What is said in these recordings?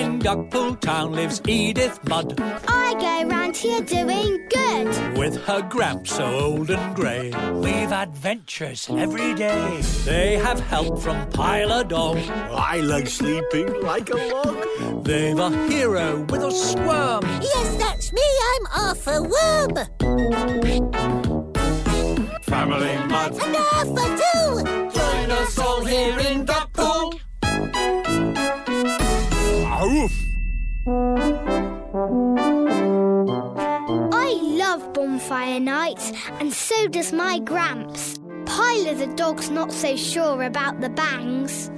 In Duckpool Town lives Edith Mudd I go round here doing good. with her gramps so old and grey. We've adventures every day. They have help from Pile Dog. I like sleeping like a log. They've a hero with a squirm. Yes, that's me. I'm Arthur Worm. Family mud. And Arthur too. Join us all here in Duckpool. I love bonfire nights, and so does my Gramps. Piler the dog's not so sure about the bangs.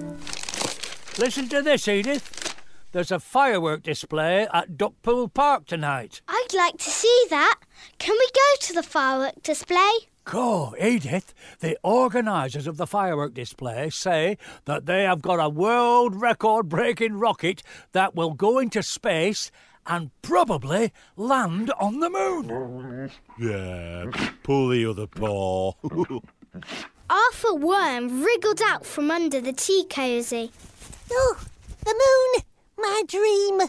Listen to this, Edith. There's a firework display at Duckpool Park tonight. I'd like to see that. Can we go to the firework display? Go, Edith. The organisers of the firework display say that they have got a world record breaking rocket that will go into space and probably land on the moon. Yeah, pull the other paw. Arthur Worm wriggled out from under the tea cosy. Oh, the moon! My dream!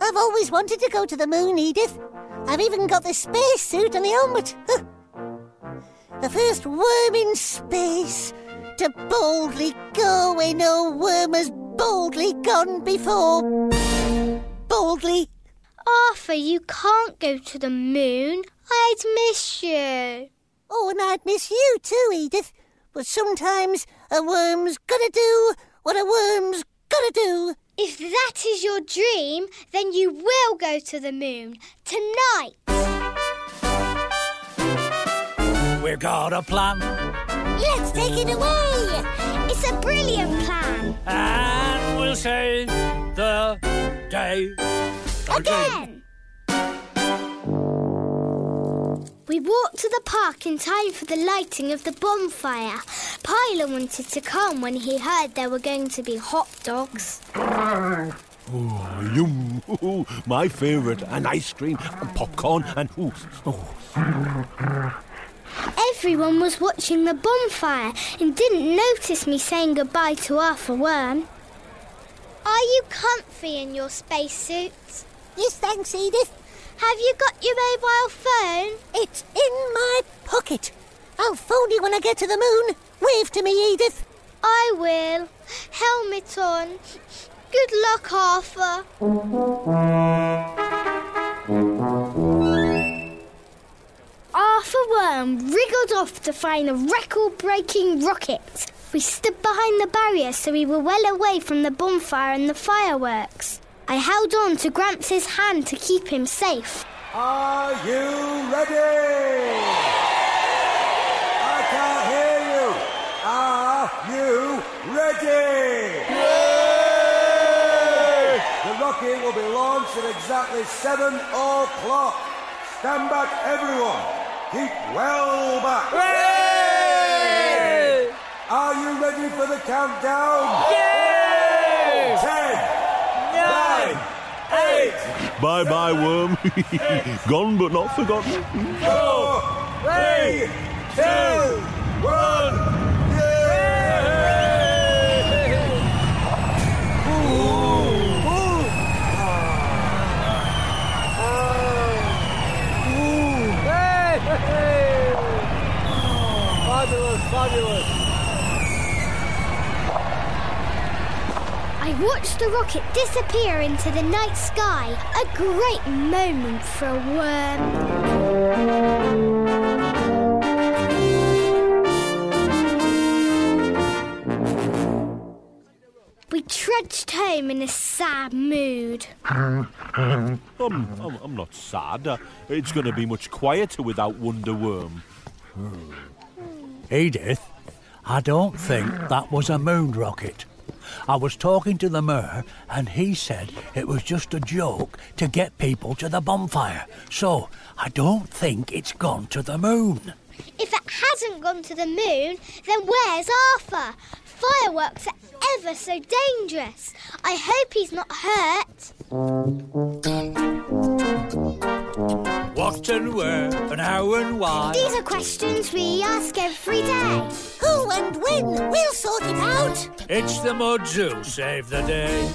I've always wanted to go to the moon, Edith. I've even got the space suit and the helmet. Huh. The first worm in space to boldly go where no worm has boldly gone before. Boldly. Arthur, you can't go to the moon. I'd miss you. Oh, and I'd miss you too, Edith. But sometimes a worm's gotta do what a worm's gotta do. If that is your dream, then you will go to the moon tonight. We've got a plan. Let's take it away. It's a brilliant plan. And we'll save the day Again. We walked to the park in time for the lighting of the bonfire. Pilar wanted to come when he heard there were going to be hot dogs. Yum. My favourite. And ice cream and popcorn and. Ooh, oh. Everyone was watching the bonfire and didn't notice me saying goodbye to Arthur Worm. Are you comfy in your spacesuits? Yes, thanks, Edith. Have you got your mobile phone? It's in my pocket. I'll phone you when I get to the moon. Wave to me, Edith. I will. Helmet on. Good luck, Arthur. Arthur Worm wriggled off to find a record breaking rocket. We stood behind the barrier so we were well away from the bonfire and the fireworks. I held on to Gramps' hand to keep him safe. Are you ready? I can't hear you. Are you ready? The rocket will be launched at exactly seven o'clock. Stand back, everyone. Keep well back. Are you ready for the countdown? Ten, nine, eight, Bye bye, worm. Gone but not forgotten. four, three, two, one. I watched the rocket disappear into the night sky. A great moment for a worm. We trudged home in a sad mood. I'm, I'm, I'm not sad. Uh, It's going to be much quieter without Wonder Worm. Edith, I don't think that was a moon rocket. I was talking to the mayor, and he said it was just a joke to get people to the bonfire. So I don't think it's gone to the moon. If it hasn't gone to the moon, then where's Arthur? Fireworks are ever so dangerous. I hope he's not hurt. What and where and how and why? These are questions we ask every day. Who Who and when? We'll sort it out. It's the Mud Zoo, save the day.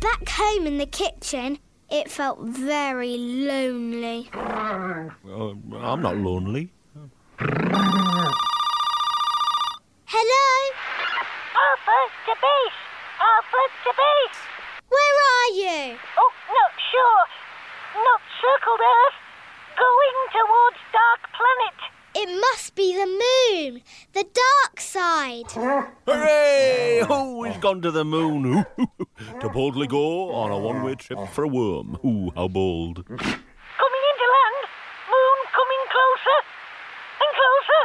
Back home in the kitchen, it felt very lonely. Uh, I'm not lonely. Hello? Alpha to base. Alpha to base. Where are you? Oh, not sure. Not circled Earth. Going towards dark planet. It must be the moon, the dark side. Hooray! Oh, he's gone to the moon. to boldly go on a one-way trip for a worm. Ooh, how bold. Coming into land. Moon coming closer. And closer.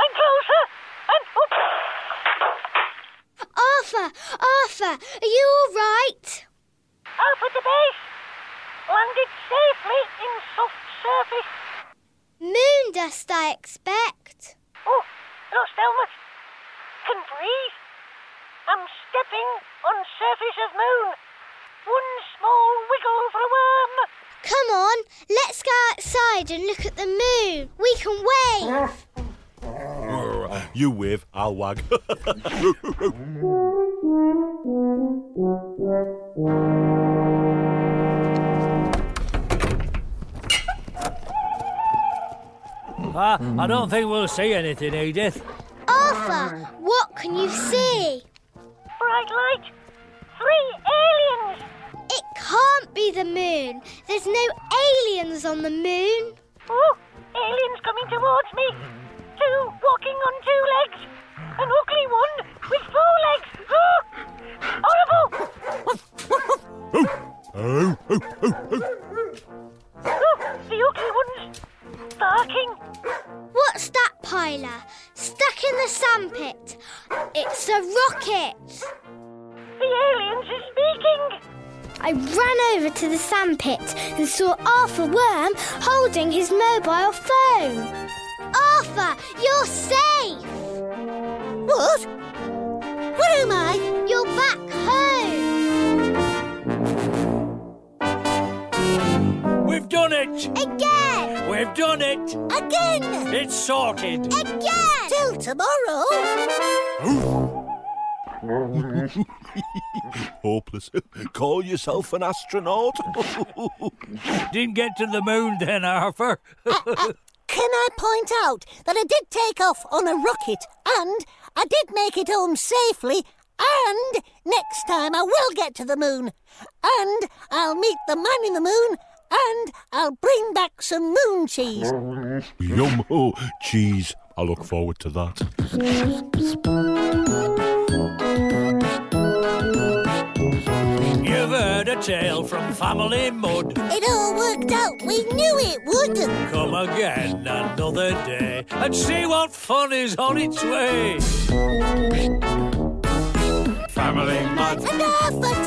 And closer. And. Oops. Arthur, Arthur, are you all right? Alpha to base. Landed safely in soft surface. Moon dust, I expect. Oh, lost helmet. Can breathe. I'm stepping on surface of moon. One small wiggle for a worm. Come on, let's go outside and look at the moon. We can wave. You wave, I'll wag. Ah, I don't think we'll see anything, Edith. Arthur, what can you see? Bright light. Three aliens. It can't be the moon. There's no aliens on the moon. Oh, aliens coming towards me. Two walking on two legs. An ugly one with four legs. Oh, horrible. Oh, the ugly ones barking. What's that, Pilar? Stuck in the sandpit. It's a rocket. The aliens are speaking. I ran over to the sandpit and saw Arthur Worm holding his mobile phone. Arthur, you're safe! What? Where am I? You're back home! We've done it! Again! We've done it! Again! It's sorted! Again! Till tomorrow. Hopeless. Call yourself an astronaut? Didn't get to the moon then, Arthur. Can I point out that I did take off on a rocket and I did make it home safely and next time I will get to the moon and I'll meet the man in the moon and I'll bring back some moon cheese. Yum. Oh, cheese. I look forward to that. You've heard a tale from Family Mud. It all worked out. We knew it would. Come again another day and see what fun is on its way. Family Mud. Enough, enough.